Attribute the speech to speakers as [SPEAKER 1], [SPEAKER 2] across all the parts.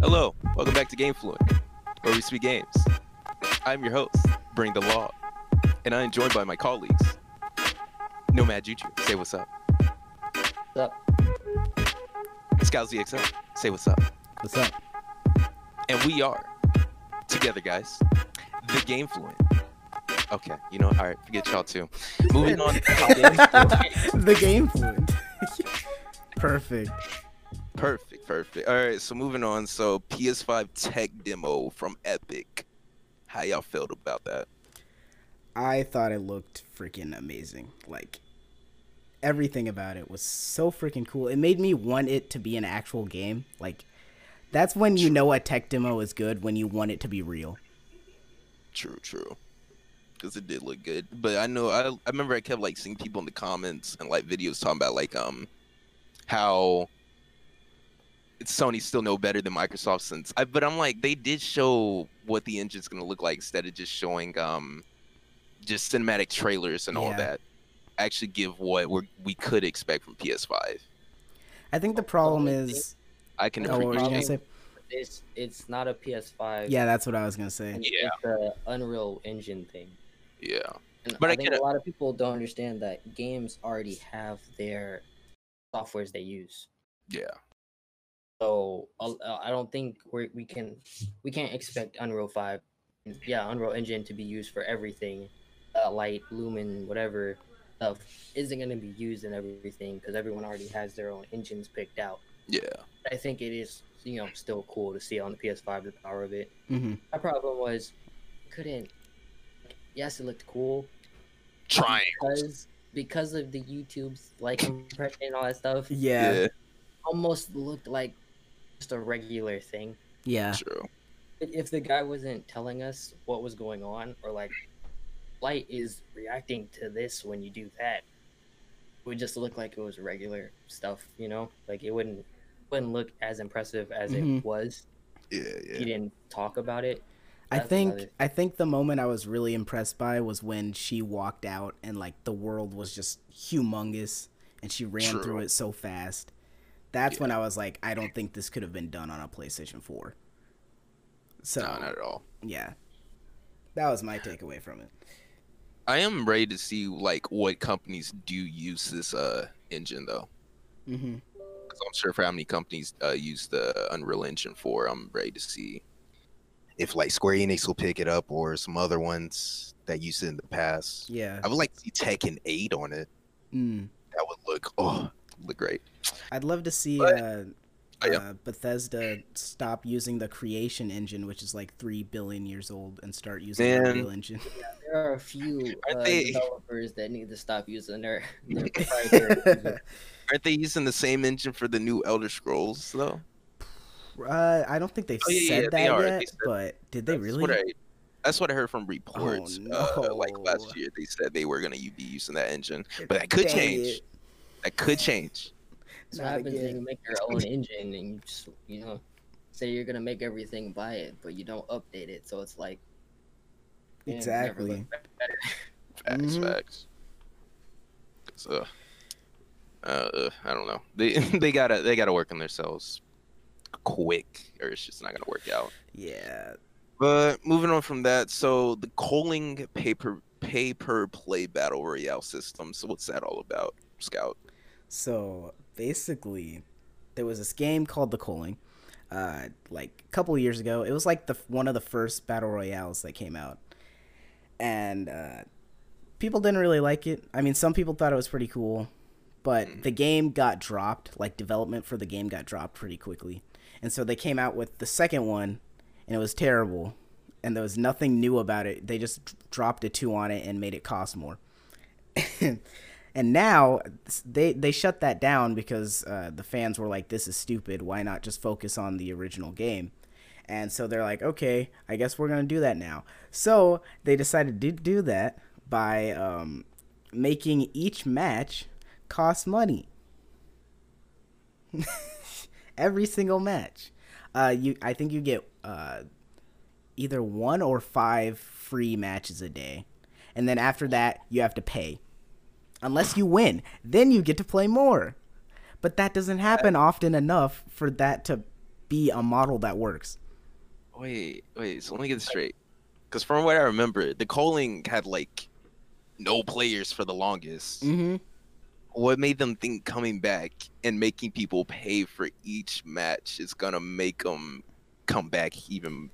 [SPEAKER 1] Hello, welcome back to Gamefluent, where we speak games. I'm your host, Bring the Law, and I am joined by my colleagues, Nomad Juju, say what's up.
[SPEAKER 2] What's
[SPEAKER 1] Scout ZXL, say what's up.
[SPEAKER 2] What's up?
[SPEAKER 1] And we are, together guys, the Gamefluent. Okay, you know what? All right, forget y'all too. Moving on to top games.
[SPEAKER 3] the game fluent. Perfect.
[SPEAKER 1] Perfect, perfect. All right, so moving on. So PS5 tech demo from Epic. How y'all felt about that?
[SPEAKER 3] I thought it looked freaking amazing. Like everything about it was so freaking cool. It made me want it to be an actual game. Like that's when you know a tech demo is good when you want it to be real.
[SPEAKER 1] True, true. Because it did look good, but I know I, I remember I kept like seeing people in the comments and like videos talking about like um how it's Sony's still no better than Microsoft since I but I'm like they did show what the engine's gonna look like instead of just showing um just cinematic trailers and all
[SPEAKER 3] Yeah.
[SPEAKER 1] that. Actually, give what we we could expect from PS5.
[SPEAKER 3] I think the problem is
[SPEAKER 1] I can
[SPEAKER 3] oh, what were you gonna
[SPEAKER 1] appreciate.
[SPEAKER 3] say?
[SPEAKER 2] It's it's not a PS5.
[SPEAKER 3] Yeah, that's what I was gonna say.
[SPEAKER 2] and
[SPEAKER 1] Yeah.
[SPEAKER 2] It's the Unreal Engine thing.
[SPEAKER 1] Yeah.
[SPEAKER 2] And
[SPEAKER 1] But
[SPEAKER 2] I,
[SPEAKER 1] I
[SPEAKER 2] think
[SPEAKER 1] get
[SPEAKER 2] a lot of people don't understand that games already have their softwares they use.
[SPEAKER 1] Yeah.
[SPEAKER 2] So uh, uh, I don't think we we can we can't expect Unreal Five, yeah, Unreal Engine to be used for everything, uh, light, lumen, whatever stuff isn't going to be used in everything because everyone already has their own engines picked out.
[SPEAKER 1] Yeah.
[SPEAKER 2] I think it is you know still cool to see on the PS5 the power of it.
[SPEAKER 3] hmm
[SPEAKER 2] My problem was couldn't. Yes, it looked cool
[SPEAKER 1] Trying.
[SPEAKER 2] because because of the YouTube's like impression and all that stuff. it
[SPEAKER 3] Yeah, yeah.
[SPEAKER 2] Almost looked like just a regular thing.
[SPEAKER 1] yeah. True.
[SPEAKER 2] If- If the guy wasn't telling us what was going on or like light is reacting to this when you do that, it would just look like it was regular stuff. You know, like it wouldn't wouldn't look as impressive as
[SPEAKER 3] Mhm.
[SPEAKER 2] it was.
[SPEAKER 1] Yeah.
[SPEAKER 2] He didn't talk about it.
[SPEAKER 3] I
[SPEAKER 2] That's
[SPEAKER 3] think
[SPEAKER 2] another-
[SPEAKER 3] I think the moment I was really impressed by was when she walked out and like the world was just humongous and she ran
[SPEAKER 1] True.
[SPEAKER 3] through it so fast. That's when I was like, I don't think this could have been done on a PlayStation 4. So
[SPEAKER 1] No, not at all.
[SPEAKER 3] yeah, that was my takeaway from it.
[SPEAKER 1] I am ready to see like what companies do use this uh engine though.
[SPEAKER 3] Mm-hmm.
[SPEAKER 1] 'Cause I'm sure for how many companies uh, use the Unreal Engine for, I'm ready to see if like Square Enix will pick it up or some other ones that used it in the past.
[SPEAKER 3] Yeah,
[SPEAKER 1] I would like to see Tekken 8 on it.
[SPEAKER 3] mm.
[SPEAKER 1] That would look oh look great.
[SPEAKER 3] I'd love to see
[SPEAKER 1] But-
[SPEAKER 3] uh,
[SPEAKER 1] Oh, yeah.
[SPEAKER 3] uh, Bethesda stop using the creation engine, which is like three billion years old, and start using
[SPEAKER 1] Man.
[SPEAKER 3] Unreal Engine.
[SPEAKER 2] There are a few
[SPEAKER 1] Aren't
[SPEAKER 2] uh,
[SPEAKER 1] they-
[SPEAKER 2] developers that need to stop using their, their proprietary. engine.
[SPEAKER 1] Aren't they using the same engine for the new Elder Scrolls though?
[SPEAKER 3] Uh, I don't think they've
[SPEAKER 1] Oh, yeah, yeah,
[SPEAKER 3] said
[SPEAKER 1] yeah,
[SPEAKER 3] that
[SPEAKER 1] they are. They
[SPEAKER 3] yet,
[SPEAKER 1] said-
[SPEAKER 3] but did they
[SPEAKER 1] That's
[SPEAKER 3] really? Oh,
[SPEAKER 1] what I, that's what I heard from reports. uh, like
[SPEAKER 3] no.
[SPEAKER 1] last year, they said they were gonna u- be using that engine, but that could
[SPEAKER 3] Dang
[SPEAKER 1] change.
[SPEAKER 3] it.
[SPEAKER 1] That could change.
[SPEAKER 2] So
[SPEAKER 3] Not
[SPEAKER 2] what happens
[SPEAKER 3] again.
[SPEAKER 2] when you make your own engine and you just you know say you're gonna make everything by it, but you don't update it. So it's like man, it's never
[SPEAKER 3] Exactly.
[SPEAKER 2] looked better.
[SPEAKER 1] Facts,
[SPEAKER 3] Mhm.
[SPEAKER 1] facts. 'Cause, uh, uh, I don't know. They they gotta they gotta work on themselves quick, or it's just not gonna work out.
[SPEAKER 3] Yeah.
[SPEAKER 1] But moving on from that, so the calling paper pay per play battle royale system. So what's that all about, Scout?
[SPEAKER 3] So basically, there was this game called The Calling, uh, like a couple of years ago. It was like the one of the first battle royales that came out, and uh, people didn't really like it. I mean, some people thought it was pretty cool, but the game got dropped. Like development for the game got dropped pretty quickly, and so they came out with the second one, and it was terrible. And there was nothing new about it. They just d- dropped a two on it and made it cost more. and now they they shut that down because uh, the fans were like, "This is stupid. Why not just focus on the original game?" And so they're like, "Okay, I guess we're gonna do that now." So they decided to do that by um, making each match cost money. Every single match, uh, you I think you get uh, either one or five free matches a day, and then after that you have to pay unless you win then you get to play more but that doesn't happen often enough for that to be a model that works.
[SPEAKER 1] Wait, wait. So let me get this straight. Because from what I remember, the Coling had like no players for the longest.
[SPEAKER 3] Mm-hmm.
[SPEAKER 1] What made them think coming back and making people pay for each match is gonna make them come back even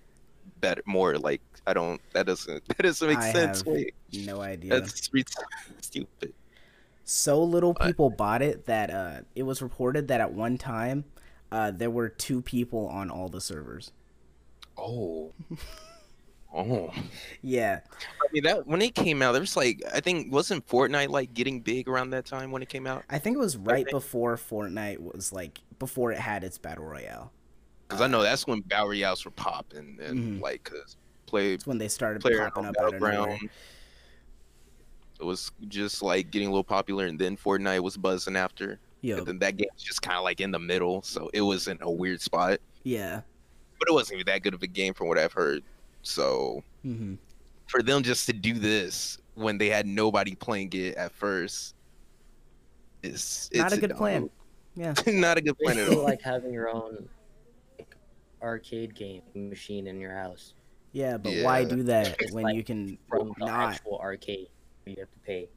[SPEAKER 1] better, more? Like I don't. That doesn't. That doesn't make
[SPEAKER 3] I
[SPEAKER 1] sense.
[SPEAKER 3] have
[SPEAKER 1] Wait,
[SPEAKER 3] No idea.
[SPEAKER 1] that's re- stupid.
[SPEAKER 3] so little
[SPEAKER 1] But-
[SPEAKER 3] people bought it that uh, it was reported that at one time uh, there were two people on all the servers.
[SPEAKER 1] Oh. Oh,
[SPEAKER 3] Yeah,
[SPEAKER 1] I mean that when it came out, there was like I think wasn't Fortnite like getting big around that time when it came out?
[SPEAKER 3] I think it was right
[SPEAKER 1] Okay.
[SPEAKER 3] before Fortnite was like before it had its battle royale.
[SPEAKER 1] Because I know
[SPEAKER 3] Uh,
[SPEAKER 1] that's when battle royales were popping and
[SPEAKER 3] Mhm.
[SPEAKER 1] like 'cause play
[SPEAKER 3] It's when they started
[SPEAKER 1] player
[SPEAKER 3] popping
[SPEAKER 1] on
[SPEAKER 3] up out of nowhere.
[SPEAKER 1] battleground. It was just like getting a little popular, and then Fortnite was buzzing after.
[SPEAKER 3] Yo,
[SPEAKER 1] And then that game was just kind of like in the middle, so it was in a weird spot.
[SPEAKER 3] yeah.
[SPEAKER 1] But it wasn't even that good of a game from what I've heard. So
[SPEAKER 3] hmm
[SPEAKER 1] for them just to do this when they had nobody playing it at first, it's, it's um,
[SPEAKER 3] Not a good plan. Yeah.
[SPEAKER 1] Not a good plan at
[SPEAKER 2] It's
[SPEAKER 1] all.
[SPEAKER 2] like having your own like, arcade game machine in your house
[SPEAKER 3] Yeah, but
[SPEAKER 1] Yeah.
[SPEAKER 3] why do that
[SPEAKER 2] It's
[SPEAKER 3] when
[SPEAKER 2] like
[SPEAKER 3] you can
[SPEAKER 2] from the
[SPEAKER 3] not?
[SPEAKER 2] actual arcade. where You have to pay.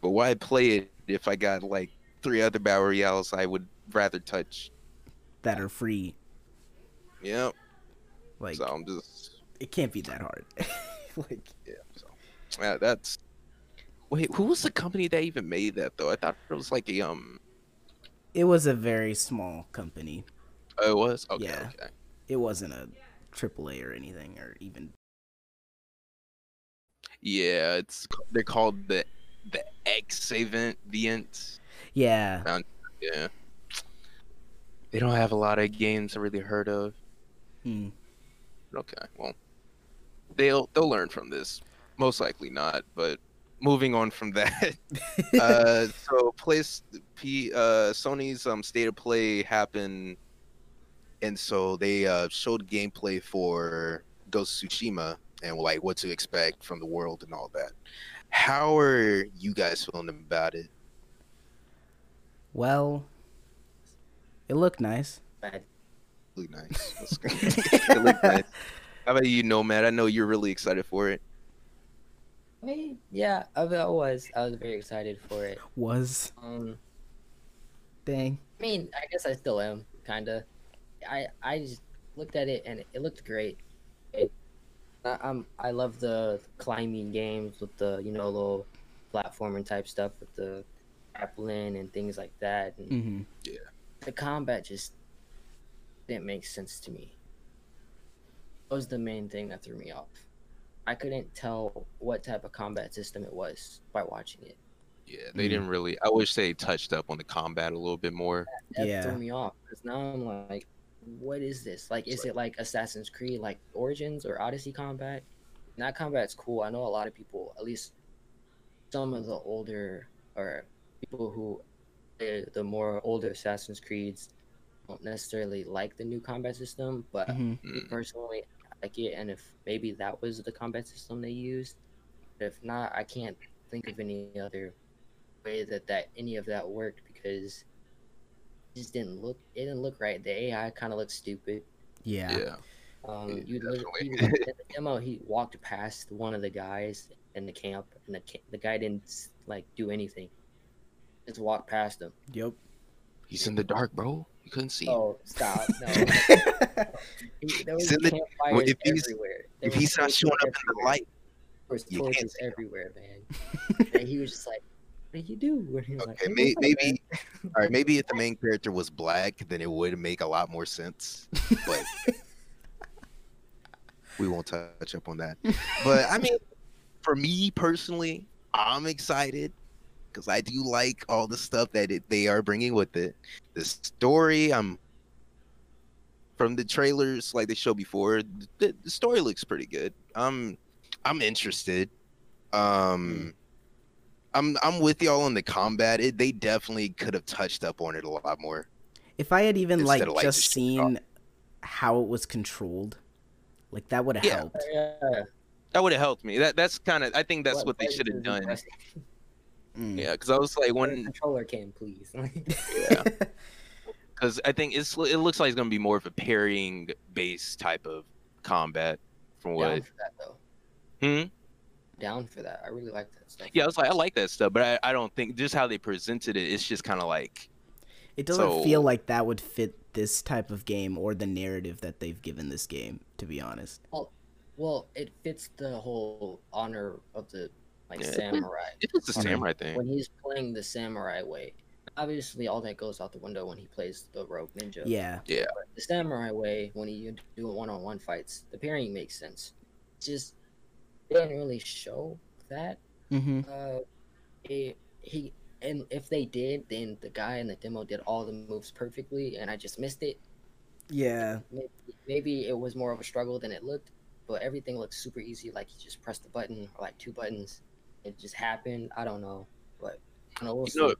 [SPEAKER 1] But why play it if I got like three other battle royales I would rather touch?
[SPEAKER 3] that are free.
[SPEAKER 1] Yep.
[SPEAKER 3] Like
[SPEAKER 1] so I'm just
[SPEAKER 3] it can't be that hard. like
[SPEAKER 1] Yeah, so uh, that's. Wait, who was the company that even made that though? I thought it was like a um.
[SPEAKER 3] it was a very small company.
[SPEAKER 1] Oh, it was okay.
[SPEAKER 3] Yeah.
[SPEAKER 1] okay.
[SPEAKER 3] It wasn't a AAA or anything or even
[SPEAKER 1] Yeah, it's they're called the the X event Vient.
[SPEAKER 3] Yeah.
[SPEAKER 1] Yeah. They don't have a lot of games I really heard of.
[SPEAKER 3] Mm.
[SPEAKER 1] Okay, well, they'll they'll learn from this. Most likely not, but moving on from that. uh, so place P uh, Sony's um state of play happened, and so they uh, showed gameplay for Ghost of Tsushima and like what to expect from the world and all that. How are you guys feeling about it?
[SPEAKER 3] Well it looked nice.
[SPEAKER 2] Bad.
[SPEAKER 1] Look nice. That's good. it looked nice. How about you, Nomad? I know you're really excited for it.
[SPEAKER 2] I mean, yeah, I, I was. I was very excited for it.
[SPEAKER 3] Was
[SPEAKER 2] Um,
[SPEAKER 3] dang.
[SPEAKER 2] I mean, I guess I still am, kinda. I I just looked at it and it looked great. It, I, I'm I love the climbing games with the you know little platforming type stuff with the grappling and things like that. And
[SPEAKER 3] hmm
[SPEAKER 2] the combat just didn't make sense to me. That was the main thing that threw me off. I couldn't tell what type of combat system it was by watching it.
[SPEAKER 1] Yeah,
[SPEAKER 3] they Mhm.
[SPEAKER 1] didn't really. I wish they touched up on the combat a little bit more.
[SPEAKER 2] that
[SPEAKER 3] Yeah.
[SPEAKER 2] threw me off because now I'm like, what is this? Like, is it like Assassin's Creed, like Origins or Odyssey combat? And that combat's cool. I know a lot of people, at least some of the older or people who play the more older Assassin's Creeds don't necessarily like the new combat system, but
[SPEAKER 3] hmm
[SPEAKER 2] me
[SPEAKER 1] Mm,
[SPEAKER 2] personally, I like it. And if maybe that was the combat system they used, but if not, I can't think of any other way that that any of that worked because it just didn't look. It didn't look right. The AI kind of looked stupid.
[SPEAKER 3] Yeah.
[SPEAKER 1] yeah.
[SPEAKER 2] Um,
[SPEAKER 1] Yeah,
[SPEAKER 2] you literally
[SPEAKER 1] definitely.
[SPEAKER 2] he- in the demo, he walked past one of the guys in the camp, and the ca- the guy didn't like do anything. Just walked past him.
[SPEAKER 3] Yep.
[SPEAKER 1] He's in the dark, bro. You couldn't see. him.
[SPEAKER 2] Oh, stop! No, He- there was
[SPEAKER 1] He's in the- well,
[SPEAKER 2] campfires
[SPEAKER 1] if he's-
[SPEAKER 2] everywhere. There
[SPEAKER 1] If
[SPEAKER 2] was
[SPEAKER 1] he's not
[SPEAKER 2] torches
[SPEAKER 1] showing up in the
[SPEAKER 2] everywhere.
[SPEAKER 1] light,
[SPEAKER 2] There was
[SPEAKER 1] You can't
[SPEAKER 2] torches
[SPEAKER 1] see 'em.
[SPEAKER 2] everywhere, man. and he was just like, "What do you do?" And he was like,
[SPEAKER 1] okay,
[SPEAKER 2] "Hey,
[SPEAKER 1] may,
[SPEAKER 2] what's up, man?"
[SPEAKER 1] maybe. All right, maybe if the main character was black, then it would make a lot more sense. But we won't touch up on that. But I mean, for me personally, I'm excited because I do like all the stuff that it, they are bringing with it. The story, I'm from the trailers like they showed before. The, the story looks pretty good. I'm I'm interested. Um, I'm I'm with y'all on the combat. It, they definitely could have touched up on it a lot more.
[SPEAKER 3] If I had even
[SPEAKER 1] Instead
[SPEAKER 3] like
[SPEAKER 1] of, like,
[SPEAKER 3] just
[SPEAKER 1] just shooting it off.
[SPEAKER 3] seen how it was controlled, like that would have
[SPEAKER 1] Yeah.
[SPEAKER 3] helped.
[SPEAKER 2] Yeah,
[SPEAKER 1] That would have helped me. That that's kind of I think that's what they
[SPEAKER 2] buttons
[SPEAKER 1] should
[SPEAKER 2] uh, is
[SPEAKER 1] have done.
[SPEAKER 2] pressing?
[SPEAKER 3] Mm.
[SPEAKER 1] Yeah, because I was like
[SPEAKER 2] What
[SPEAKER 1] when
[SPEAKER 2] controller can please. Like,
[SPEAKER 1] yeah. because I think it's it looks like it's gonna be more of a parrying base type of combat from
[SPEAKER 2] Down
[SPEAKER 1] what.
[SPEAKER 2] for that though.
[SPEAKER 1] Hmm?
[SPEAKER 2] Down for that. I really like that stuff.
[SPEAKER 1] Yeah, I was like, I like that stuff, but I, I don't think just how they presented it. It's just kind of like
[SPEAKER 3] It doesn't
[SPEAKER 1] So-
[SPEAKER 3] feel like that would fit this type of game or the narrative that they've given this game, to be honest.
[SPEAKER 2] Well, it fits the whole honor of the like
[SPEAKER 1] Yeah.
[SPEAKER 2] samurai.
[SPEAKER 1] it's just a
[SPEAKER 3] Okay.
[SPEAKER 1] samurai thing.
[SPEAKER 2] When he's playing the samurai way, obviously all that goes out the window when he plays the rogue ninja.
[SPEAKER 3] Yeah.
[SPEAKER 2] But the samurai way, when you do one-on-one fights, the pairing makes sense. Just they didn't really show that.
[SPEAKER 3] Mm-hmm.
[SPEAKER 2] Uh, it, he and if they did, then the guy in the demo did all the moves perfectly, and I just missed it.
[SPEAKER 3] Yeah.
[SPEAKER 2] maybe, maybe it was more of a struggle than it looked, but everything looked super easy. Like you just pressed the button or like two buttons. It just happened. I don't know, but I don't know, we'll
[SPEAKER 1] You know,
[SPEAKER 2] see.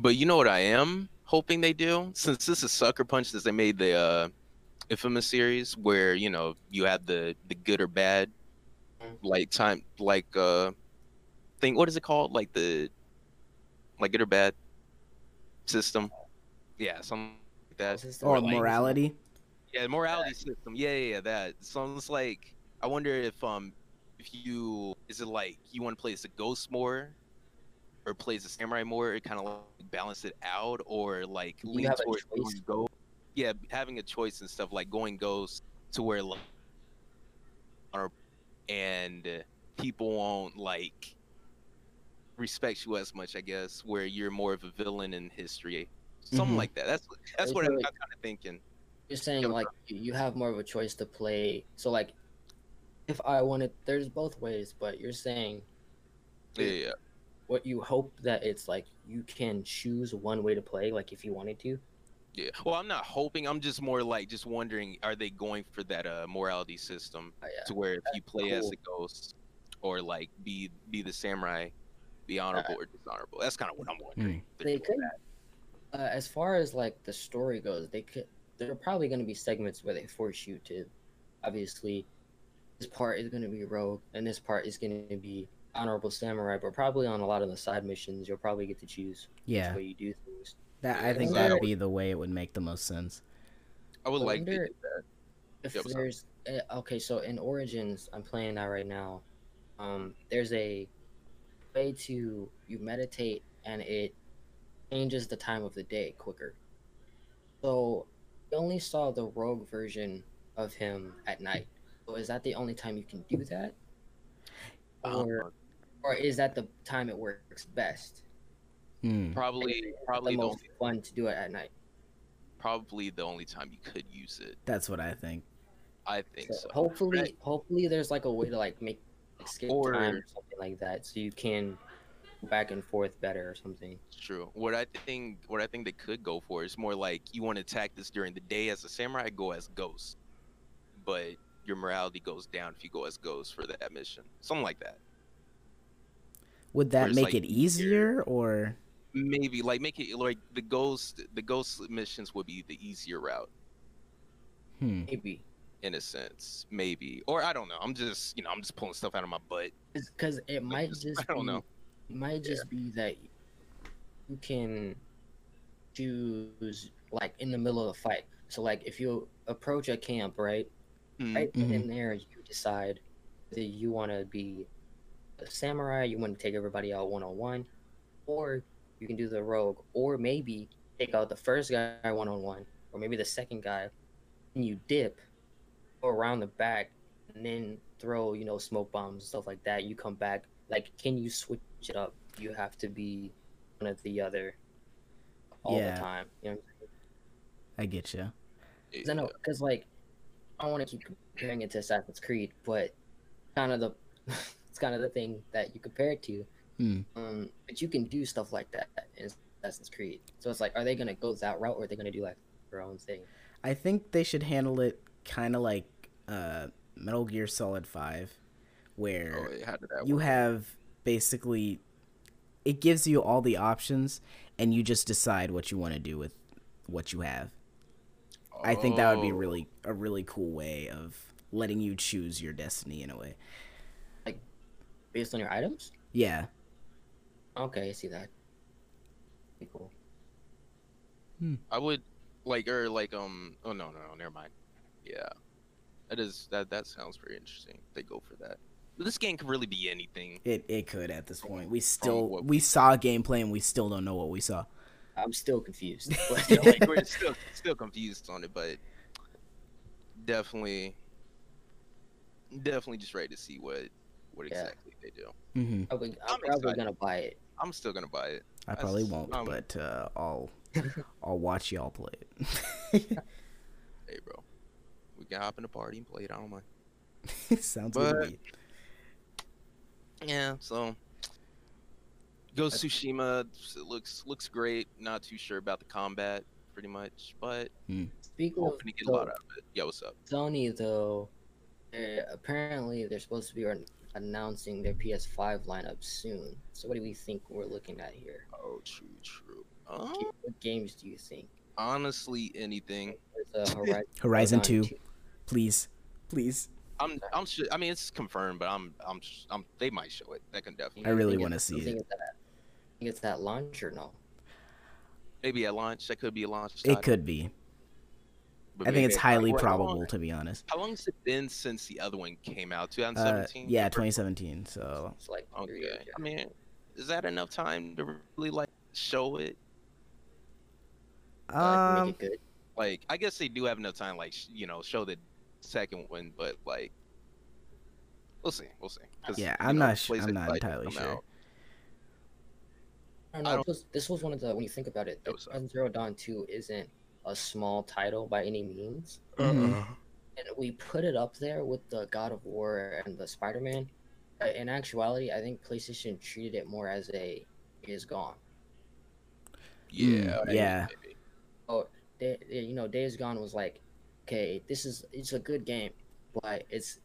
[SPEAKER 1] but you know what I am hoping they do since this is Sucker Punch since they made the uh, infamous series where you know you have the the good or bad
[SPEAKER 2] Mhm.
[SPEAKER 1] like time like uh thing what is it called like the like good or bad system yeah something like that
[SPEAKER 2] What's this
[SPEAKER 3] Or
[SPEAKER 2] thing?
[SPEAKER 3] morality.
[SPEAKER 1] Yeah, the morality system. Yeah, yeah, yeah, that. So it's like I wonder if um if you is it like you want to play as a ghost more or play as a samurai more, it kind of like balance it out or like
[SPEAKER 2] You
[SPEAKER 1] lean
[SPEAKER 2] have a
[SPEAKER 1] towards
[SPEAKER 2] choice.
[SPEAKER 1] going ghost. Yeah, having a choice and stuff like going ghost to where like honor- and people won't like respect you as much, I guess, where you're more of a villain in history. Something
[SPEAKER 3] Mhm.
[SPEAKER 1] like that. That's that's
[SPEAKER 2] It's
[SPEAKER 1] what I'm,
[SPEAKER 2] Mm-hmm. like-
[SPEAKER 1] I'm kind of thinking.
[SPEAKER 2] You're saying
[SPEAKER 1] Yeah.
[SPEAKER 2] like you you have more of a choice to play. So like, if I wanted, there's both ways, but you're saying
[SPEAKER 1] Yeah,
[SPEAKER 2] Yeah.
[SPEAKER 1] yeah.
[SPEAKER 2] what you hope that it's like you can choose one way to play, like if you wanted to.
[SPEAKER 1] Yeah. Well, I'm not hoping. I'm just more like just wondering: Are they going for that uh, morality system
[SPEAKER 2] Oh, yeah.
[SPEAKER 1] to where if you play as
[SPEAKER 2] cool.
[SPEAKER 1] a ghost or like be be the samurai, be honorable or dishonorable? That's kind of what I'm wondering. if they're
[SPEAKER 2] They
[SPEAKER 1] doing
[SPEAKER 2] could. Uh, as far as like the story goes, they could. There are probably going to be segments where they force you to. Obviously, this part is going to be rogue, and this part is going to be honorable samurai. But probably on a lot of the side missions, you'll probably get to choose which
[SPEAKER 3] Yeah.
[SPEAKER 2] way you do things.
[SPEAKER 3] That I
[SPEAKER 1] Yeah,
[SPEAKER 3] think
[SPEAKER 2] I
[SPEAKER 3] that'd
[SPEAKER 2] wonder-
[SPEAKER 3] be the way it would make the most sense.
[SPEAKER 1] that. I would
[SPEAKER 2] I
[SPEAKER 1] like
[SPEAKER 2] wonder
[SPEAKER 1] to do that.
[SPEAKER 2] if
[SPEAKER 1] Yeah, what's up?
[SPEAKER 2] there's eh, okay so in origins i'm playing that right now um there's a way to you meditate and it changes the time of the day quicker so i only saw the rogue version of him at night so is that the only time you can do that or,
[SPEAKER 1] Um,
[SPEAKER 2] or is that the time it works best
[SPEAKER 3] Hmm.
[SPEAKER 1] probably,
[SPEAKER 2] It's
[SPEAKER 1] probably
[SPEAKER 2] the
[SPEAKER 1] the,
[SPEAKER 2] most
[SPEAKER 1] only,
[SPEAKER 2] fun to do it at night
[SPEAKER 1] probably the only time you could use it.
[SPEAKER 3] That's what I think.
[SPEAKER 1] I think
[SPEAKER 2] So
[SPEAKER 1] so.
[SPEAKER 2] hopefully,
[SPEAKER 1] Right.
[SPEAKER 2] hopefully there's like a way to like make like skip
[SPEAKER 1] Or-
[SPEAKER 2] time or something like that, so you can go back and forth better or something.
[SPEAKER 1] It's true. What I think, what I think they could go for is more like you want to attack this during the day as a samurai, go as ghost, but your morality goes down if you go as ghost for that mission, something like that.
[SPEAKER 3] Would that
[SPEAKER 1] it's,
[SPEAKER 3] make
[SPEAKER 1] like,
[SPEAKER 3] it easier or
[SPEAKER 1] Maybe like make it like the ghost, the ghost missions would be the easier route
[SPEAKER 3] hmm.
[SPEAKER 2] Maybe
[SPEAKER 1] in a sense, maybe. Or I don't know. I'm just, you know, I'm just pulling stuff out of my butt.
[SPEAKER 2] because it might just
[SPEAKER 1] I don't
[SPEAKER 2] be-
[SPEAKER 1] know.
[SPEAKER 2] It might just be that you can choose like in the middle of a fight. So like if you approach a camp, right,
[SPEAKER 1] Mm,
[SPEAKER 2] right then and there, you decide whether you want to be a samurai, you want to take everybody out one on one, or you can do the rogue, or maybe take out the first guy one on one, or maybe the second guy, and you dip, go around the back, and then throw you know smoke bombs and stuff like that. You come back, like can you switch it up? You have to be one of the other all
[SPEAKER 3] Yeah.
[SPEAKER 2] the time. You know,
[SPEAKER 3] I get you.
[SPEAKER 1] Mm.
[SPEAKER 2] because I know, because like, I don't want to keep comparing it to Assassin's Creed, but kind of the, it's kind of the thing that you compare it to.
[SPEAKER 3] Hmm.
[SPEAKER 2] Um, but you can do stuff like that in Assassin's Creed. So it's like, are they gonna go that route, or are they gonna do like their own thing?
[SPEAKER 3] I think they should handle it kind of like uh, Metal Gear Solid Five, where
[SPEAKER 1] Oh, wait, how did that
[SPEAKER 3] you
[SPEAKER 1] work?
[SPEAKER 3] have basically it gives you all the options and you just decide what you want to do with what you have i think that would be
[SPEAKER 1] Oh,
[SPEAKER 3] really a really cool way of letting you choose your destiny in a way
[SPEAKER 2] Based on your items?
[SPEAKER 3] yeah
[SPEAKER 2] Okay, I see that. Pretty cool.
[SPEAKER 1] I would like or like um oh no no no never mind yeah that is that that sounds pretty interesting they go for that but this game could really be anything
[SPEAKER 3] It it could at this point.
[SPEAKER 1] Oh,
[SPEAKER 3] We still we saw gameplay and we still don't know what we saw.
[SPEAKER 2] I'm still confused. But,
[SPEAKER 1] Yeah, like we're still still confused on it but definitely definitely just ready to see what what
[SPEAKER 2] Yeah.
[SPEAKER 1] exactly they do
[SPEAKER 3] hmm
[SPEAKER 2] I'm, probably- I'm
[SPEAKER 1] I'm
[SPEAKER 2] probably
[SPEAKER 1] excited.
[SPEAKER 2] gonna buy it.
[SPEAKER 1] i'm still gonna buy it
[SPEAKER 3] I probably
[SPEAKER 1] s-
[SPEAKER 3] won't,
[SPEAKER 1] um,
[SPEAKER 3] but uh, I'll I'll watch y'all play it.
[SPEAKER 1] hey bro we can hop in a party and play it i don't mind
[SPEAKER 3] Sounds
[SPEAKER 1] But-
[SPEAKER 3] good. to me.
[SPEAKER 1] yeah so Ghost of Tsushima s- looks looks great. Not too sure about the combat, pretty much, but
[SPEAKER 2] Speaking of
[SPEAKER 1] hoping to get a
[SPEAKER 2] so-
[SPEAKER 1] lot out of it. Yo, what's up?
[SPEAKER 2] Sony though, they're, apparently they're supposed to be an- announcing their PS5 lineup soon. So what do we think we're looking at here?
[SPEAKER 1] Oh, true, true.
[SPEAKER 2] What
[SPEAKER 1] Um,
[SPEAKER 2] ga- What games do you think?
[SPEAKER 1] honestly, anything.
[SPEAKER 2] There's a Horizon,
[SPEAKER 3] Horizon
[SPEAKER 2] Dawn
[SPEAKER 3] Two, please, please.
[SPEAKER 1] I'm, I'm sure. I mean, it's confirmed, but I'm, I'm, sh- I'm. They might show it. That can
[SPEAKER 2] You
[SPEAKER 1] definitely.
[SPEAKER 3] I really
[SPEAKER 2] think
[SPEAKER 3] wanna
[SPEAKER 2] it's-
[SPEAKER 3] see
[SPEAKER 2] you
[SPEAKER 3] it.
[SPEAKER 2] think it's that- you think it's that launch or no?
[SPEAKER 1] Maybe at launch. That could be a launch.
[SPEAKER 3] It
[SPEAKER 1] title,
[SPEAKER 3] could be.
[SPEAKER 1] but
[SPEAKER 3] I think
[SPEAKER 1] maybe
[SPEAKER 3] it's
[SPEAKER 1] at-
[SPEAKER 3] highly
[SPEAKER 1] Wait, how long-
[SPEAKER 3] probable, to be honest.
[SPEAKER 1] How long has it been since the other one came out?
[SPEAKER 3] Uh,
[SPEAKER 1] 2017.
[SPEAKER 3] yeah, 2017. So
[SPEAKER 2] It's like three
[SPEAKER 1] Okay.
[SPEAKER 2] years, yeah.
[SPEAKER 1] I mean, is that enough time to really like show it?
[SPEAKER 2] Uh, to
[SPEAKER 3] um,
[SPEAKER 2] make it good.
[SPEAKER 1] Like, I guess they do have enough time. Like, sh- you know, show the second one, but like, we'll see. We'll see. 'Cause,
[SPEAKER 3] Yeah,
[SPEAKER 1] you
[SPEAKER 3] I'm
[SPEAKER 1] know,
[SPEAKER 3] not sh-
[SPEAKER 1] PlayStation
[SPEAKER 3] I'm not
[SPEAKER 1] Live
[SPEAKER 3] entirely
[SPEAKER 1] come
[SPEAKER 3] sure.
[SPEAKER 1] out.
[SPEAKER 2] I don't know.
[SPEAKER 1] I don't-
[SPEAKER 2] plus, this was one of the when you think about it,
[SPEAKER 1] That was up.
[SPEAKER 2] Horizon Zero Dawn Two isn't a small title by any means,
[SPEAKER 1] Uh-uh.
[SPEAKER 3] Mhm.
[SPEAKER 2] and we put it up there with the God of War and the Spider Man. In actuality, I think PlayStation treated it more as a it is gone.
[SPEAKER 1] Yeah.
[SPEAKER 3] Mm,
[SPEAKER 1] maybe,
[SPEAKER 3] yeah.
[SPEAKER 1] maybe.
[SPEAKER 2] Day, eh, you know, Days Gone was like, okay, this is it's a good game, but it's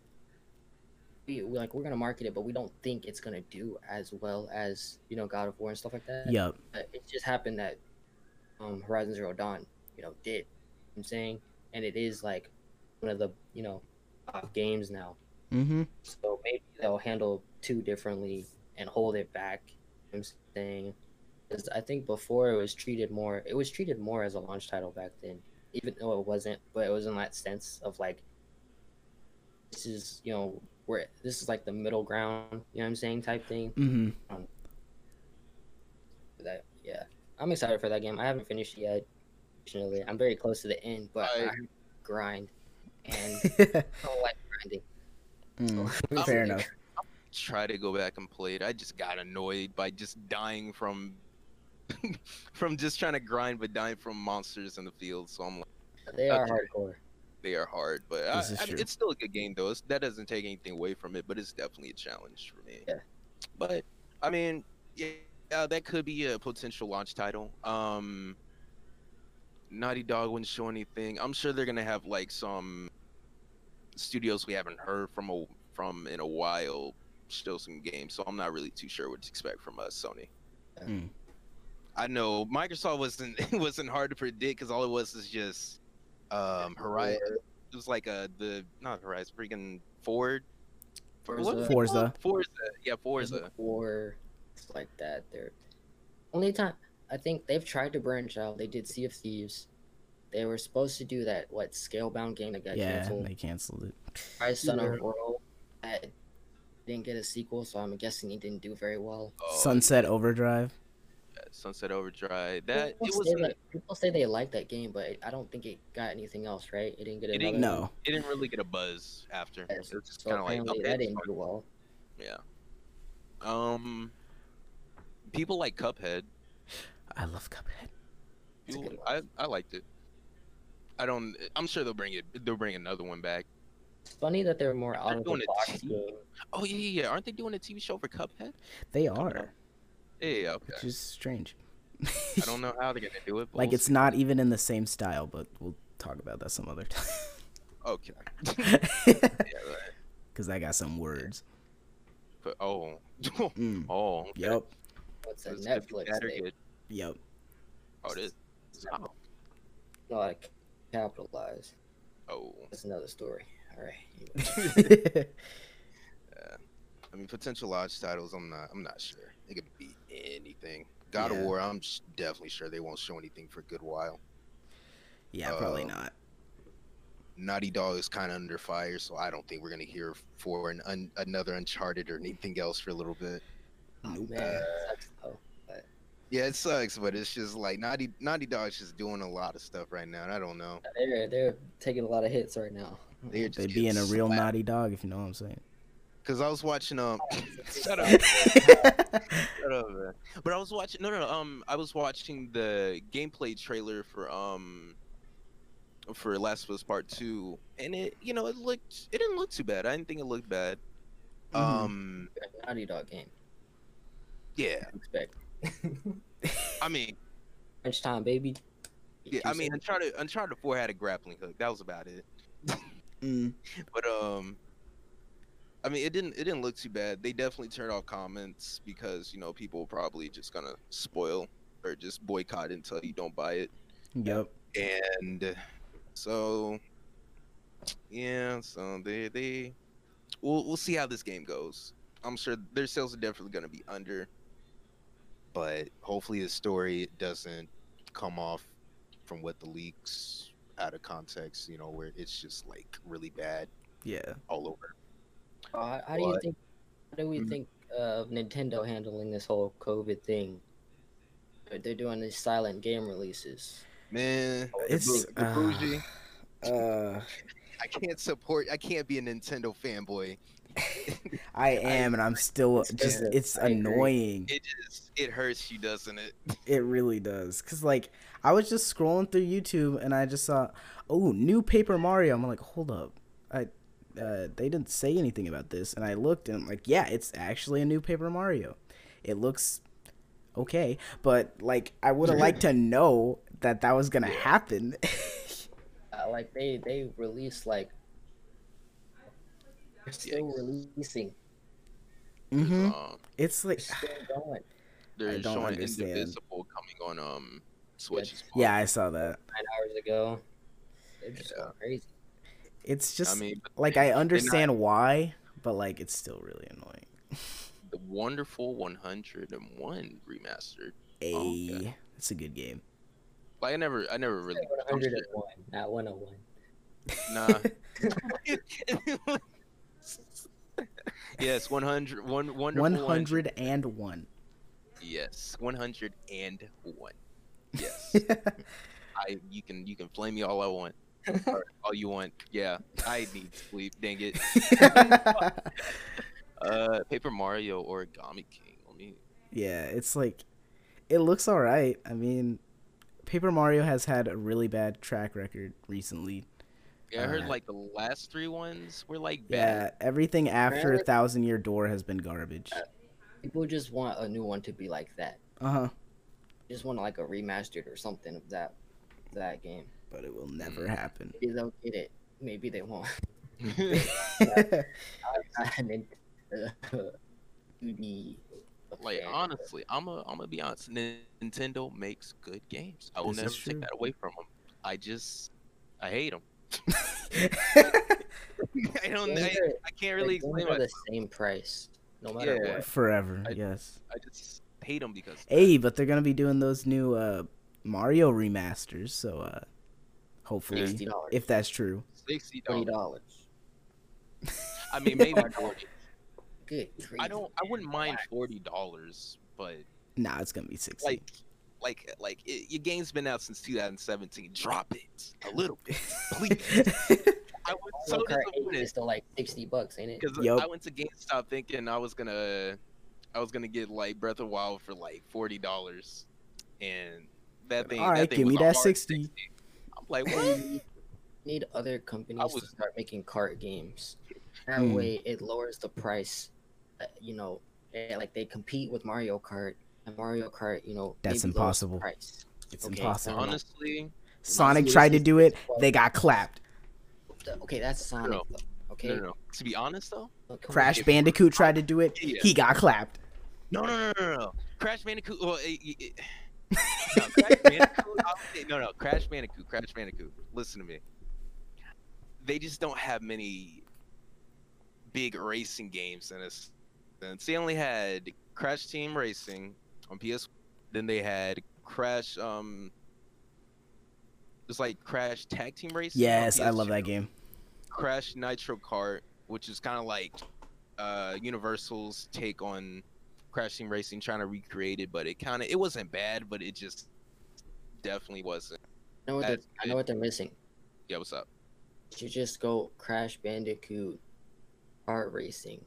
[SPEAKER 2] we we like we're gonna market it, but we don't think it's gonna do as well as you know God of War and stuff like that.
[SPEAKER 3] Yup.
[SPEAKER 2] Uh, it just happened that um, Horizon Zero Dawn, you know, did. I'm saying, and it is like one of the you know top games now.
[SPEAKER 3] Mm-hmm.
[SPEAKER 2] So maybe they'll handle two differently and hold it back. I'm saying, 'Cause I think before it was treated more, it was treated more as a launch title back then, even though it wasn't. But it was in that sense of like, this is you know where this is like the middle ground. You know what I'm saying? Type thing
[SPEAKER 3] Mm-hmm.
[SPEAKER 2] that yeah i'm excited for that game i haven't finished it yet fortunately i'm very close to the end but i,
[SPEAKER 1] I-
[SPEAKER 2] grind and i don't like grinding
[SPEAKER 3] Mm, Fair enough.
[SPEAKER 1] try to go back and play it. I just got annoyed by just dying from from just trying to grind but dying from monsters in the field. So I'm like
[SPEAKER 2] they are
[SPEAKER 1] Okay.
[SPEAKER 2] hardcore
[SPEAKER 1] they are hard, but I,
[SPEAKER 3] This is
[SPEAKER 1] I-
[SPEAKER 3] true.
[SPEAKER 1] it's still a good game though. It's, that doesn't take anything away from it, but it's definitely a challenge for me.
[SPEAKER 2] Yeah.
[SPEAKER 1] But I mean, yeah, yeah, that could be a potential launch title. Um Naughty Dog wouldn't show anything. I'm sure they're gonna have like some studios we haven't heard from a, from in a while show some games, so I'm not really too sure what to expect from us, Sony.
[SPEAKER 2] Yeah.
[SPEAKER 3] Mm.
[SPEAKER 1] I know Microsoft wasn't it wasn't hard to predict because all it was is just um Horizon. It was like a the not Horizon, freaking Ford. Ford- what was it
[SPEAKER 3] Forza.
[SPEAKER 1] called? Forza, yeah, Forza.
[SPEAKER 2] or it's like that they're only time i think they've tried to branch out they did sea of thieves they were supposed to do that what scalebound game that got
[SPEAKER 3] Yeah,
[SPEAKER 2] canceled
[SPEAKER 3] they canceled it.
[SPEAKER 2] i son
[SPEAKER 1] Yeah.
[SPEAKER 2] of world that didn't get a sequel so i'm guessing it didn't do very well
[SPEAKER 1] Oh,
[SPEAKER 3] Sunset Overdrive.
[SPEAKER 1] yeah, Sunset Overdrive. That it
[SPEAKER 2] people,
[SPEAKER 1] was
[SPEAKER 2] say
[SPEAKER 1] not
[SPEAKER 2] that, people say they like that game, but I don't think it got anything else, right? It didn't get
[SPEAKER 1] It didn't-
[SPEAKER 2] another.
[SPEAKER 3] No.
[SPEAKER 1] it didn't really get a buzz after. It
[SPEAKER 2] Yes,
[SPEAKER 1] was just
[SPEAKER 2] so
[SPEAKER 1] kind of like
[SPEAKER 2] apparently
[SPEAKER 1] okay,
[SPEAKER 2] that
[SPEAKER 1] it's
[SPEAKER 2] didn't do well.
[SPEAKER 1] fine. yeah. Um, people like Cuphead.
[SPEAKER 3] I love Cuphead.
[SPEAKER 2] It's a
[SPEAKER 1] People-
[SPEAKER 2] good one.
[SPEAKER 1] I I liked it. I don't. I'm sure they'll bring it. They'll bring another one back.
[SPEAKER 2] It's funny that they're more out of
[SPEAKER 1] doing
[SPEAKER 2] the
[SPEAKER 1] a
[SPEAKER 2] box.
[SPEAKER 1] team.
[SPEAKER 2] game.
[SPEAKER 1] Oh yeah, yeah, yeah. Aren't they doing a TV show for Cuphead?
[SPEAKER 3] They
[SPEAKER 1] Coming
[SPEAKER 3] are,
[SPEAKER 1] up. Yeah, yeah, okay.
[SPEAKER 3] which is strange.
[SPEAKER 1] I don't know how they're gonna do it. But
[SPEAKER 3] Like
[SPEAKER 1] we'll
[SPEAKER 3] it's not even in the same style, but we'll talk about that some other
[SPEAKER 1] see. okay.
[SPEAKER 3] time.
[SPEAKER 1] Yeah, right.
[SPEAKER 3] Cause I got some words.
[SPEAKER 1] But oh,
[SPEAKER 3] Mm.
[SPEAKER 1] oh, okay.
[SPEAKER 3] Yep.
[SPEAKER 2] What's
[SPEAKER 1] So
[SPEAKER 2] a
[SPEAKER 1] it's gonna be
[SPEAKER 2] Netflix?
[SPEAKER 1] bad or
[SPEAKER 2] They
[SPEAKER 1] good.
[SPEAKER 3] Yep.
[SPEAKER 1] Oh, it is. Oh,
[SPEAKER 2] not capitalized.
[SPEAKER 1] oh.
[SPEAKER 2] That's another story. All right. anyway.
[SPEAKER 1] I mean, potential launch titles. I'm not. I'm not sure. It could be anything. God
[SPEAKER 3] Yeah.
[SPEAKER 1] of War. I'm s- definitely sure they won't show anything for a good while.
[SPEAKER 3] Yeah, probably
[SPEAKER 1] Uh,
[SPEAKER 3] not.
[SPEAKER 1] Naughty Dog is kind of under fire, so I don't think we're gonna hear for an un- another Uncharted or anything else for a little bit.
[SPEAKER 2] Man,
[SPEAKER 3] Nope.
[SPEAKER 2] oh, that sucks, though.
[SPEAKER 1] Yeah, it sucks, but it's just like Naughty Naughty Dog's just doing a lot of stuff right now, and I don't know.
[SPEAKER 2] They're they're taking a lot of hits right now.
[SPEAKER 1] They're just
[SPEAKER 3] They'd be in a real naughty dog if you know what I'm saying.
[SPEAKER 1] Because I was watching um, shut up, shut up, man. But I was watching no, no, no, um, I was watching the gameplay trailer for um, for Last of Us Part Two, and it, you know, it looked, it didn't look too bad. I didn't think it looked bad.
[SPEAKER 3] Mhm.
[SPEAKER 1] Um,
[SPEAKER 2] Naughty Dog game.
[SPEAKER 1] yeah,
[SPEAKER 2] I expect
[SPEAKER 1] I mean,
[SPEAKER 2] French time, baby.
[SPEAKER 1] yeah, I mean, Uncharted, Uncharted Four had a grappling hook. That was about it.
[SPEAKER 3] Mm.
[SPEAKER 1] But um, I mean, it didn't it didn't look too bad. They definitely turned off comments because you know people were probably just gonna spoil or just boycott until you don't buy it.
[SPEAKER 3] Yep.
[SPEAKER 1] And uh, so, yeah, so they they we'll we'll see how this game goes. I'm sure their sales are definitely gonna be under, but hopefully the story doesn't come off from what the leaks out of context. You know, where it's just like really bad
[SPEAKER 3] Yeah.
[SPEAKER 1] all over.
[SPEAKER 2] Uh, how do you
[SPEAKER 1] What?
[SPEAKER 2] think? How do we
[SPEAKER 1] Mhm.
[SPEAKER 2] think of Nintendo handling this whole COVID thing? They're- They're doing these silent game releases.
[SPEAKER 1] Man, the
[SPEAKER 3] It's
[SPEAKER 1] bou- the bougie.
[SPEAKER 3] uh, uh,
[SPEAKER 1] I can't support. I can't be a Nintendo fanboy.
[SPEAKER 3] I am, and I'm still
[SPEAKER 2] It's
[SPEAKER 3] just.
[SPEAKER 2] expensive.
[SPEAKER 3] It's
[SPEAKER 2] I agree.
[SPEAKER 3] annoying.
[SPEAKER 1] It just it hurts you, doesn't it?
[SPEAKER 3] It really does. Cause like I was just scrolling through YouTube and I just saw, oh, new Paper Mario. I'm like, hold up, I, uh, they didn't say anything about this. And I looked and I'm like, yeah, it's actually a new Paper Mario. It looks okay, but like I would have liked to know that that was gonna happen.
[SPEAKER 2] Uh, like they they release like they're still releasing.
[SPEAKER 3] hmm
[SPEAKER 1] Um,
[SPEAKER 3] It's
[SPEAKER 2] They're
[SPEAKER 3] like,
[SPEAKER 2] still going.
[SPEAKER 1] they're
[SPEAKER 3] I don't
[SPEAKER 1] showing
[SPEAKER 3] understand.
[SPEAKER 1] Indivisible coming on um Switch. as well.
[SPEAKER 3] yeah, I saw that.
[SPEAKER 2] Nine hours ago. They're just going crazy.
[SPEAKER 3] It's just
[SPEAKER 1] I mean, but
[SPEAKER 3] like I understand why, but like it's still really annoying.
[SPEAKER 1] the wonderful 101 remastered.
[SPEAKER 3] A,
[SPEAKER 1] Oh, okay.
[SPEAKER 3] it's a good game.
[SPEAKER 1] Like I never, I never really.
[SPEAKER 2] One
[SPEAKER 1] I'm
[SPEAKER 2] hundred and one, not one hundred one.
[SPEAKER 1] sure- nah. yes, 100, one, wonderful
[SPEAKER 3] One hundred and one.
[SPEAKER 1] Yes, 101. Yes.
[SPEAKER 3] I
[SPEAKER 1] I you can you can flame me all I want, or all you want. Yeah, I need sleep. Dang it. Uh, Paper Mario Origami King. Let me.
[SPEAKER 3] yeah, it's like it looks all right. I mean, Paper Mario has had a really bad track record recently.
[SPEAKER 1] Yeah, I heard
[SPEAKER 3] Alright.
[SPEAKER 1] like the last three ones were like
[SPEAKER 3] Yeah,
[SPEAKER 1] bad.
[SPEAKER 3] everything after
[SPEAKER 2] Really?
[SPEAKER 3] Thousand Year Door has been garbage.
[SPEAKER 2] People just want a new one to be like that.
[SPEAKER 3] Uh huh.
[SPEAKER 2] Just want like a remastered or something of that that game.
[SPEAKER 3] But it will never
[SPEAKER 2] Mm.
[SPEAKER 3] happen.
[SPEAKER 2] Maybe they'll get it. Maybe they won't. I'm in- the
[SPEAKER 1] like
[SPEAKER 2] fan.
[SPEAKER 1] honestly, I'm a I'm gonna be honest. Nin- Nintendo makes good games. I will
[SPEAKER 3] This
[SPEAKER 1] never
[SPEAKER 3] is true.
[SPEAKER 1] take that away from them. I just I hate them. I don't.
[SPEAKER 2] Games
[SPEAKER 1] I,
[SPEAKER 2] are-
[SPEAKER 1] I can't
[SPEAKER 2] They're
[SPEAKER 1] really
[SPEAKER 2] going
[SPEAKER 1] explain.
[SPEAKER 2] for
[SPEAKER 1] Why.
[SPEAKER 2] the same price, no matter
[SPEAKER 1] Yeah.
[SPEAKER 2] what.
[SPEAKER 3] Forever,
[SPEAKER 1] I-
[SPEAKER 3] yes.
[SPEAKER 1] I just hate them because
[SPEAKER 3] Hey, but they're gonna be doing those new uh, Mario remasters, so uh, hopefully,
[SPEAKER 2] Sixty dollars,
[SPEAKER 3] if that's true.
[SPEAKER 1] sixty
[SPEAKER 2] twenty
[SPEAKER 1] dollars.
[SPEAKER 2] dollars.
[SPEAKER 1] I mean, maybe forty.
[SPEAKER 2] Good.
[SPEAKER 1] I
[SPEAKER 2] grief,
[SPEAKER 1] don't. I
[SPEAKER 2] man.
[SPEAKER 1] wouldn't mind forty dollars, but
[SPEAKER 3] Nah, it's gonna be sixty.
[SPEAKER 1] like, like, like it, your game's been out since 2017. Drop it a little bit, please. I was so
[SPEAKER 2] Mario Kart 8
[SPEAKER 1] disappointed
[SPEAKER 2] is still like sixty bucks, ain't it?
[SPEAKER 1] because
[SPEAKER 3] Yup.
[SPEAKER 1] I went to GameStop thinking I was gonna, I was gonna get like Breath of Wild for like forty dollars, and that thing.
[SPEAKER 3] All right,
[SPEAKER 1] that thing
[SPEAKER 3] give
[SPEAKER 1] was
[SPEAKER 3] me
[SPEAKER 1] a
[SPEAKER 3] that
[SPEAKER 1] hard
[SPEAKER 3] 60.
[SPEAKER 1] I'm like, what?
[SPEAKER 2] We need other companies to
[SPEAKER 1] was-
[SPEAKER 2] start making cart games. That
[SPEAKER 3] Hmm.
[SPEAKER 2] way, it lowers the price. Uh, you know, eh, like they compete with Mario Kart, and Mario Kart, you know,
[SPEAKER 3] That's
[SPEAKER 2] maybe lowers the
[SPEAKER 3] impossible.
[SPEAKER 2] Price.
[SPEAKER 3] it's
[SPEAKER 2] okay,
[SPEAKER 3] impossible.
[SPEAKER 2] honest-
[SPEAKER 1] honestly,
[SPEAKER 3] Sonic
[SPEAKER 2] Honestly,
[SPEAKER 3] tried to
[SPEAKER 2] this is-
[SPEAKER 3] do it. They got clapped.
[SPEAKER 2] The- Okay, that's Sonic.
[SPEAKER 1] No.
[SPEAKER 2] though, Okay,
[SPEAKER 1] no, no, no. To be honest though,
[SPEAKER 2] Look, come on.
[SPEAKER 3] Crash
[SPEAKER 1] if-
[SPEAKER 3] Bandicoot tried to do it.
[SPEAKER 1] Yeah.
[SPEAKER 3] He got clapped.
[SPEAKER 1] No, no, no, no, no. Crash Bandicoot. Well, it, it, it- no, Crash Bandicoot. I'll say- no, no, Crash Bandicoot. Crash Bandicoot. Listen to me. They just don't have many big racing games in us. Since they only had Crash Team Racing on PS, then they had Crash. Um, It's like Crash Tag Team Racing. on
[SPEAKER 3] Yes, I love
[SPEAKER 1] PS2.
[SPEAKER 3] that game.
[SPEAKER 1] Crash Nitro Kart, which is kind of like uh, Universal's take on Crash Team Racing, trying to recreate it, but it kind of it wasn't bad, but it just definitely wasn't.
[SPEAKER 2] I know what they're,
[SPEAKER 1] That's
[SPEAKER 2] I know what they're missing.
[SPEAKER 1] Yeah, what's up?
[SPEAKER 2] You should just go Crash Bandicoot, kart racing,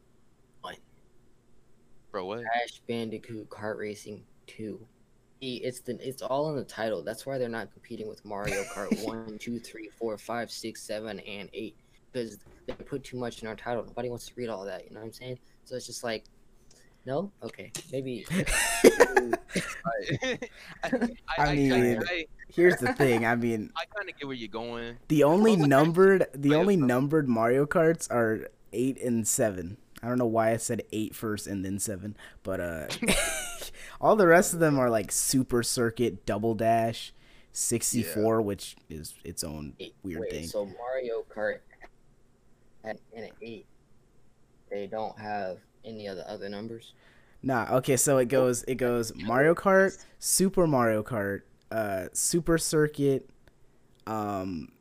[SPEAKER 1] Bro, what?
[SPEAKER 2] Crash Bandicoot kart racing two. See, It's the it's all in the title. That's why they're not competing with Mario Kart one, two, three, four, five, six, seven, and eight because they put too much in our title. Nobody wants to read all that. You know what I'm saying? So it's just like, no, okay, maybe.
[SPEAKER 1] I,
[SPEAKER 3] I mean-
[SPEAKER 1] I,
[SPEAKER 3] Here's the thing. I mean,
[SPEAKER 1] I kind of get where you're going.
[SPEAKER 3] the only
[SPEAKER 1] Well, like-
[SPEAKER 3] numbered, the
[SPEAKER 1] Wait,
[SPEAKER 3] only
[SPEAKER 1] what's up?
[SPEAKER 3] numbered Mario Karts are eight and seven. I don't know why I said eight first and then seven, but uh, all the rest of them are like Super Circuit, Double Dash, sixty four, which is its own
[SPEAKER 2] Eight.
[SPEAKER 3] weird
[SPEAKER 2] Wait,
[SPEAKER 3] thing.
[SPEAKER 2] So Mario Kart had an eight. They don't have any of the other numbers.
[SPEAKER 3] Nah, okay, so it goes it goes Mario Kart, Super Mario Kart, uh Super Circuit, um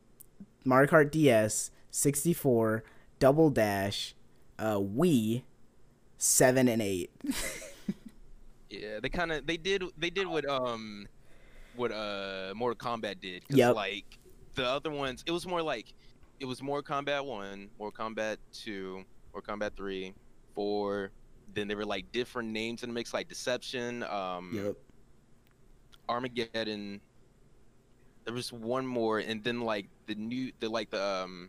[SPEAKER 3] Mario Kart DS, 64, Double Dash, uh Wii, 7 and 8.
[SPEAKER 1] Yeah, they kind of they did they did what um what uh Mortal Kombat did. 'cause,
[SPEAKER 3] Yep.
[SPEAKER 1] Like the other ones, it was more like it was Mortal Kombat one, Mortal Kombat two, Mortal Kombat three, four. Then there were like different names in the mix, like Deception, um, Armageddon. There was one more, and then like the new, the like the um,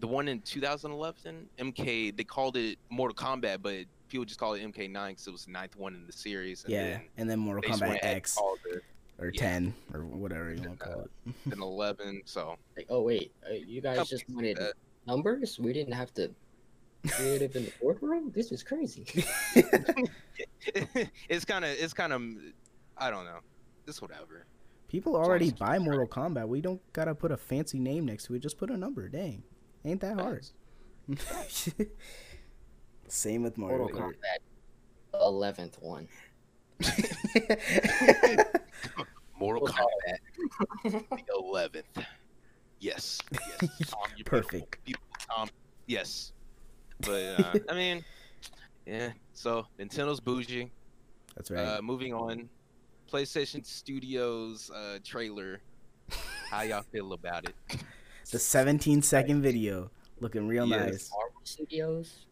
[SPEAKER 1] the one in 2011, MK. They called it Mortal Kombat, but people just called it MK9 because it was the ninth one in the series. And
[SPEAKER 3] Yeah,
[SPEAKER 1] then
[SPEAKER 3] and then Mortal
[SPEAKER 1] they just
[SPEAKER 3] Kombat
[SPEAKER 1] went ahead and
[SPEAKER 3] X
[SPEAKER 1] called it
[SPEAKER 3] or
[SPEAKER 1] yeah.
[SPEAKER 3] 10 or whatever you want to call it.
[SPEAKER 1] an 11. So
[SPEAKER 2] Like, oh wait, uh, you guys just
[SPEAKER 1] Companies
[SPEAKER 2] wanted
[SPEAKER 1] do that.
[SPEAKER 2] numbers? We didn't have to create it in the boardroom. This is crazy.
[SPEAKER 1] it's kind of it's kind of I don't know. It's whatever.
[SPEAKER 3] People
[SPEAKER 1] Sounds
[SPEAKER 3] already
[SPEAKER 1] like-
[SPEAKER 3] buy Mortal Kombat. We don't got to put a fancy name next to it. Just put a number. Dang. Ain't that hard. Same with Mario
[SPEAKER 2] Mortal
[SPEAKER 3] Kart.
[SPEAKER 2] Kombat, eleventh one.
[SPEAKER 1] Mortal
[SPEAKER 2] Mortal
[SPEAKER 1] Kombat, the 11th. Yes. Yes. Tom, you're
[SPEAKER 3] Perfect.
[SPEAKER 1] Beautiful, beautiful, Tom. Yes. But uh, I mean, yeah. So Nintendo's bougie.
[SPEAKER 3] That's right.
[SPEAKER 1] Uh, moving on, PlayStation Studios uh, trailer. How y'all feel about it?
[SPEAKER 3] the 17 second video looking real
[SPEAKER 1] Yes.
[SPEAKER 3] nice.
[SPEAKER 2] Marvel Studios.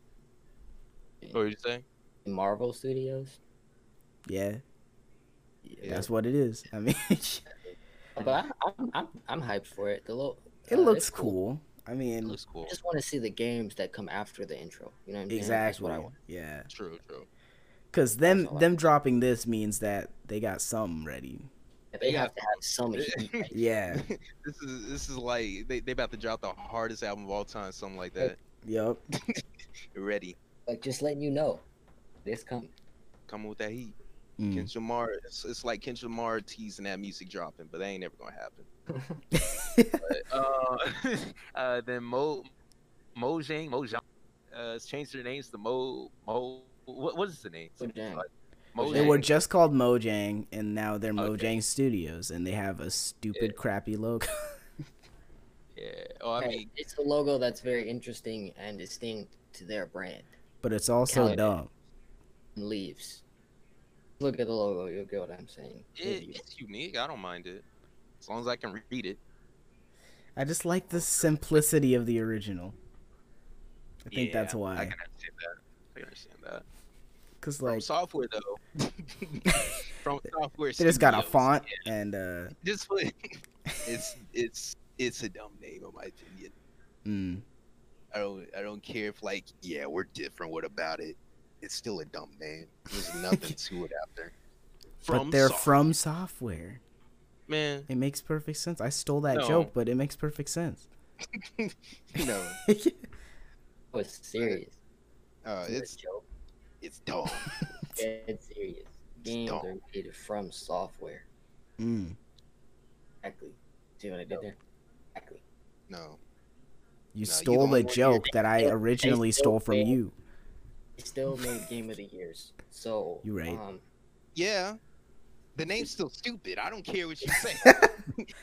[SPEAKER 1] What did you say?
[SPEAKER 2] Marvel Studios.
[SPEAKER 3] Yeah,
[SPEAKER 1] Yeah. Uh,
[SPEAKER 3] that's what it is. I mean,
[SPEAKER 2] Uh, But I, I'm, I'm I'm hyped for it. The lo-
[SPEAKER 3] it
[SPEAKER 2] uh,
[SPEAKER 3] looks
[SPEAKER 2] it's
[SPEAKER 3] cool. I
[SPEAKER 1] It
[SPEAKER 3] mean,
[SPEAKER 1] looks cool.
[SPEAKER 2] I just want to see the games that come after the intro. You know what I mean? That's
[SPEAKER 3] exactly.
[SPEAKER 2] what I want.
[SPEAKER 3] Yeah,
[SPEAKER 1] True. True.
[SPEAKER 3] because them
[SPEAKER 2] all I
[SPEAKER 3] them dropping this means that they got some ready.
[SPEAKER 2] They
[SPEAKER 1] Yeah.
[SPEAKER 2] have to have some heat. like,
[SPEAKER 3] Yeah.
[SPEAKER 1] This is this is like they they about to drop the hardest album of all time, something like that.
[SPEAKER 2] Yep.
[SPEAKER 3] yep.
[SPEAKER 1] Ready,
[SPEAKER 2] like just letting you know, this coming.
[SPEAKER 1] coming with that heat.
[SPEAKER 3] Mm.
[SPEAKER 1] Kendrick Lamar, it's, it's like Kendrick Lamar teasing that music dropping, but that ain't never gonna happen. But, uh, uh, then Mo, Mojang, Mojang, uh, has changed their names to Mo, Mo. What, what is the name?
[SPEAKER 2] Mojang.
[SPEAKER 1] Like,
[SPEAKER 2] Mojang.
[SPEAKER 3] They
[SPEAKER 1] Mojang.
[SPEAKER 3] were just called Mojang, and now they're Mojang
[SPEAKER 1] Okay.
[SPEAKER 3] Studios, and they have a stupid, crappy logo.
[SPEAKER 1] Yeah. Oh, I
[SPEAKER 2] Hey,
[SPEAKER 1] mean,
[SPEAKER 2] it's a logo that's very interesting and distinct to their brand.
[SPEAKER 3] but it's also
[SPEAKER 2] Caliban.
[SPEAKER 3] dumb.
[SPEAKER 2] And leaves. Look at the logo. You'll get what I'm saying.
[SPEAKER 1] it, it's unique. I don't mind it, as long as I can read it.
[SPEAKER 3] I just like the simplicity of the original. I think that's
[SPEAKER 1] Yeah, I
[SPEAKER 3] why.
[SPEAKER 1] can understand that. I can understand that.
[SPEAKER 3] Because
[SPEAKER 1] From
[SPEAKER 3] like
[SPEAKER 1] software though, from software,
[SPEAKER 3] they just got a
[SPEAKER 1] studios,
[SPEAKER 3] font and uh,
[SPEAKER 1] This one, it's it's it's a dumb name in my opinion.
[SPEAKER 3] mm,
[SPEAKER 1] I don't I don't care if like yeah we're different. What about it? It's still a dumb name. There's nothing to it out there.
[SPEAKER 3] but they're
[SPEAKER 1] soft-
[SPEAKER 3] from software.
[SPEAKER 1] man.
[SPEAKER 3] It makes perfect sense. I stole that
[SPEAKER 1] No.
[SPEAKER 3] joke, but it makes perfect sense. Mm,
[SPEAKER 1] No,
[SPEAKER 2] Oh, it's serious.
[SPEAKER 1] uh,
[SPEAKER 2] It's not a
[SPEAKER 1] it's
[SPEAKER 2] joke.
[SPEAKER 1] it's dumb.
[SPEAKER 2] It's serious. Games
[SPEAKER 1] dumb.
[SPEAKER 2] are made from software.
[SPEAKER 3] mm,
[SPEAKER 2] Exactly. See what I did there? Exactly.
[SPEAKER 1] No,
[SPEAKER 3] you
[SPEAKER 1] the
[SPEAKER 3] stole
[SPEAKER 1] only
[SPEAKER 3] the
[SPEAKER 1] one who-
[SPEAKER 3] joke that I
[SPEAKER 2] They- they
[SPEAKER 3] originally
[SPEAKER 2] still
[SPEAKER 3] stole from
[SPEAKER 2] fail.
[SPEAKER 3] you.
[SPEAKER 2] It still made game of the years. So
[SPEAKER 3] You right.
[SPEAKER 2] Um,
[SPEAKER 1] yeah, the name's still stupid. I don't care what you say.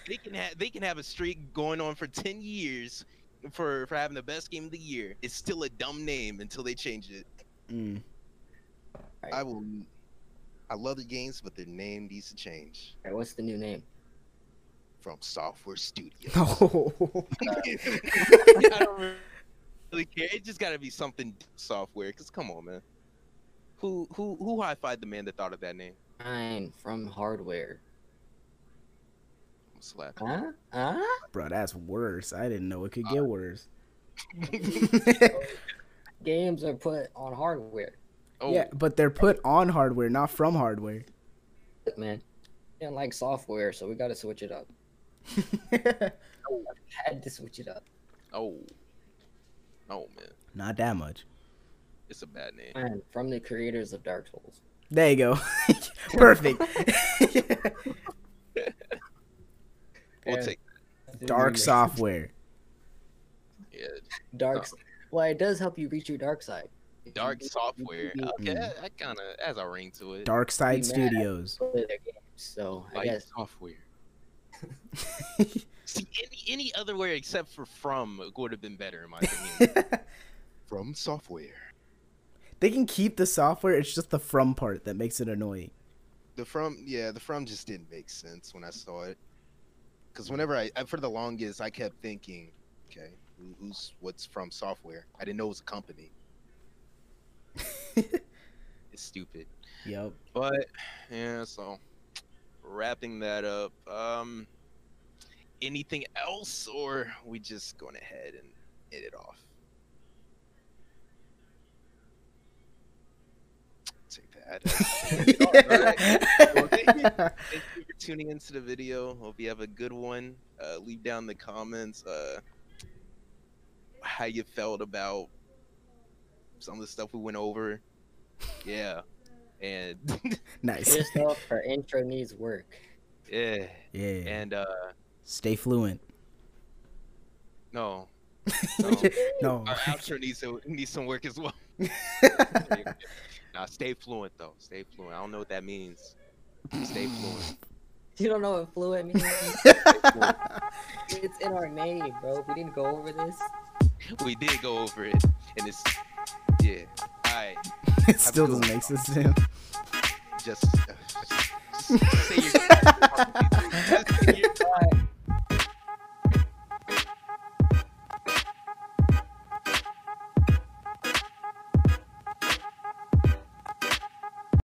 [SPEAKER 1] they can have they can have a streak going on for ten years for for having the best game of the year. It's still a dumb name until they change it.
[SPEAKER 3] Mm.
[SPEAKER 2] Right.
[SPEAKER 1] I will. I love the games, but their name needs to change
[SPEAKER 2] Alright, what's the new name?
[SPEAKER 1] from Software Studio.
[SPEAKER 3] Oh.
[SPEAKER 1] I don't really care. It just got to be something software. Cause come on, man. Who who who high fived the man that thought of that name?
[SPEAKER 2] Nine from Hardware.
[SPEAKER 1] I'm slap.
[SPEAKER 2] Huh? Huh?
[SPEAKER 3] Bro, that's worse. I didn't know it could get worse.
[SPEAKER 2] Games are put on hardware.
[SPEAKER 1] Oh,
[SPEAKER 3] Yeah, but they're put on hardware, not from hardware.
[SPEAKER 2] Look, man. We don't like software, so we gotta switch it up. Had to switch it up.
[SPEAKER 1] oh, oh man,
[SPEAKER 3] not that much.
[SPEAKER 1] it's a bad name.
[SPEAKER 2] Nine from the creators of Dark Souls.
[SPEAKER 3] There you go. Perfect.
[SPEAKER 1] We'll
[SPEAKER 2] Yeah.
[SPEAKER 1] take
[SPEAKER 3] Dark software.
[SPEAKER 1] yeah,
[SPEAKER 2] Dark. Well, it does help you reach your dark side.
[SPEAKER 1] dark software.
[SPEAKER 2] Mhm.
[SPEAKER 1] Okay, that, that kind of has a ring to it.
[SPEAKER 3] Dark
[SPEAKER 2] Be
[SPEAKER 3] Side
[SPEAKER 2] mad.
[SPEAKER 3] Studios.
[SPEAKER 2] Play their games, so I
[SPEAKER 1] Like
[SPEAKER 2] guess
[SPEAKER 1] software. See, any any other word except for from would have been better in my opinion. from software.
[SPEAKER 3] they can keep the software. It's just the from part that makes it annoying.
[SPEAKER 1] The from, yeah, the from just didn't make sense when I saw it. Because whenever I, I, for the longest, I kept thinking, okay, who- who's what's from software? I didn't know it was a company. it's stupid.
[SPEAKER 3] Yep.
[SPEAKER 1] But yeah, so wrapping that up. Um, anything else, or we just going ahead and hit it off? Take that. All right. Thank you for tuning into the video. Hope you have a good one. Uh, leave down the comments uh, how you felt about some of the stuff we went over. Yeah, and
[SPEAKER 3] nice.
[SPEAKER 2] first off, our intro needs work.
[SPEAKER 1] yeah,
[SPEAKER 3] Yeah.
[SPEAKER 1] and uh,
[SPEAKER 3] Stay fluent.
[SPEAKER 1] no,
[SPEAKER 3] No.
[SPEAKER 1] No.
[SPEAKER 3] no.
[SPEAKER 1] our outro needs to, needs some work as well. now stay fluent though. Stay fluent. I don't know what that means. Stay fluent.
[SPEAKER 2] You don't know what fluent means. it's in our name, bro. We didn't go over this.
[SPEAKER 1] We did go over it, and it's yeah. All right.
[SPEAKER 3] it still doesn't make sense to him.
[SPEAKER 1] uh, just, just say your, just say your